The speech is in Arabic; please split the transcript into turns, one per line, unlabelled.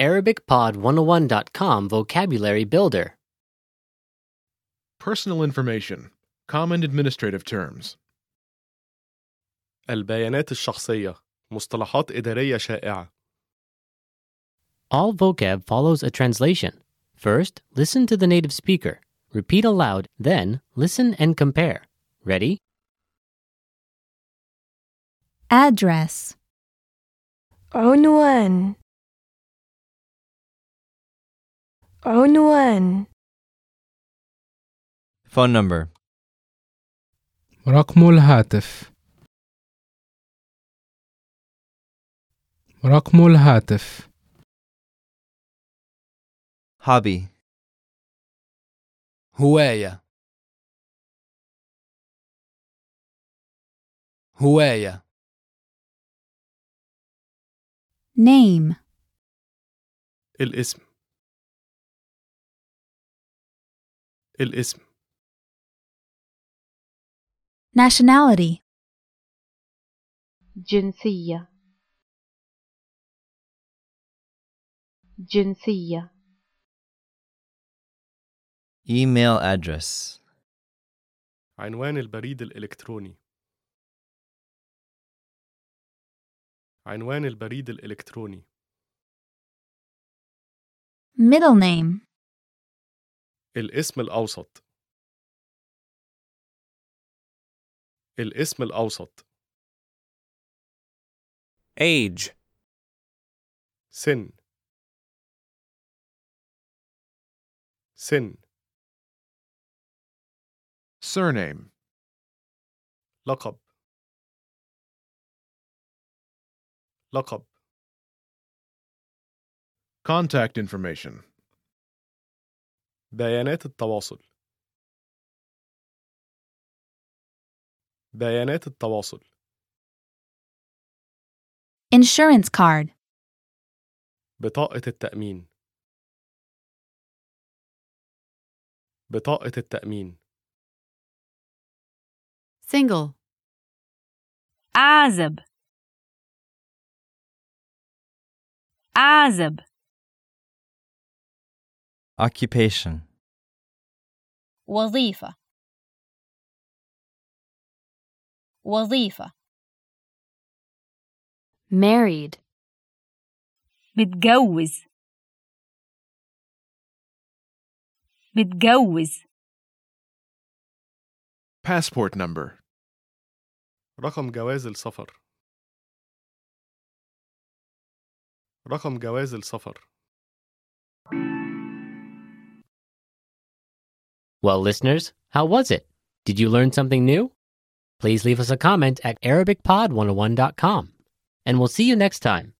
ArabicPod101.com Vocabulary Builder.
Personal information. Common administrative terms.
البيانات الشخصية مصطلحات إدارية شائعة
All vocab follows a translation. First, listen to the native speaker. Repeat aloud, then, listen and compare. Ready?
address,
عنوان عنوان
Phone number.
رقم الهاتف رقم الهاتف
Hobby.
هواية هواية
name,
الاسم الاسم
nationality,
جنسية جنسية
Email address.
عنوان البريد الإلكتروني عنوان البريد الإلكتروني
middle name,
الاسم الأوسط الاسم الأوسط
age
سن سن
Surname.
لقب لقب
Contact information.
بيانات التواصل بيانات التواصل
insurance card,
بطاقة التأمين بطاقة التأمين
single,
أعزب أعزب
Occupation.
وظيفة وظيفة married متجوز متجوز
Passport number.
رقم جواز السفر رقم جواز السفر
Well, listeners, how was it? Did you learn something new? oh Please leave us a comment at ArabicPod101.com. And we'll see you next time.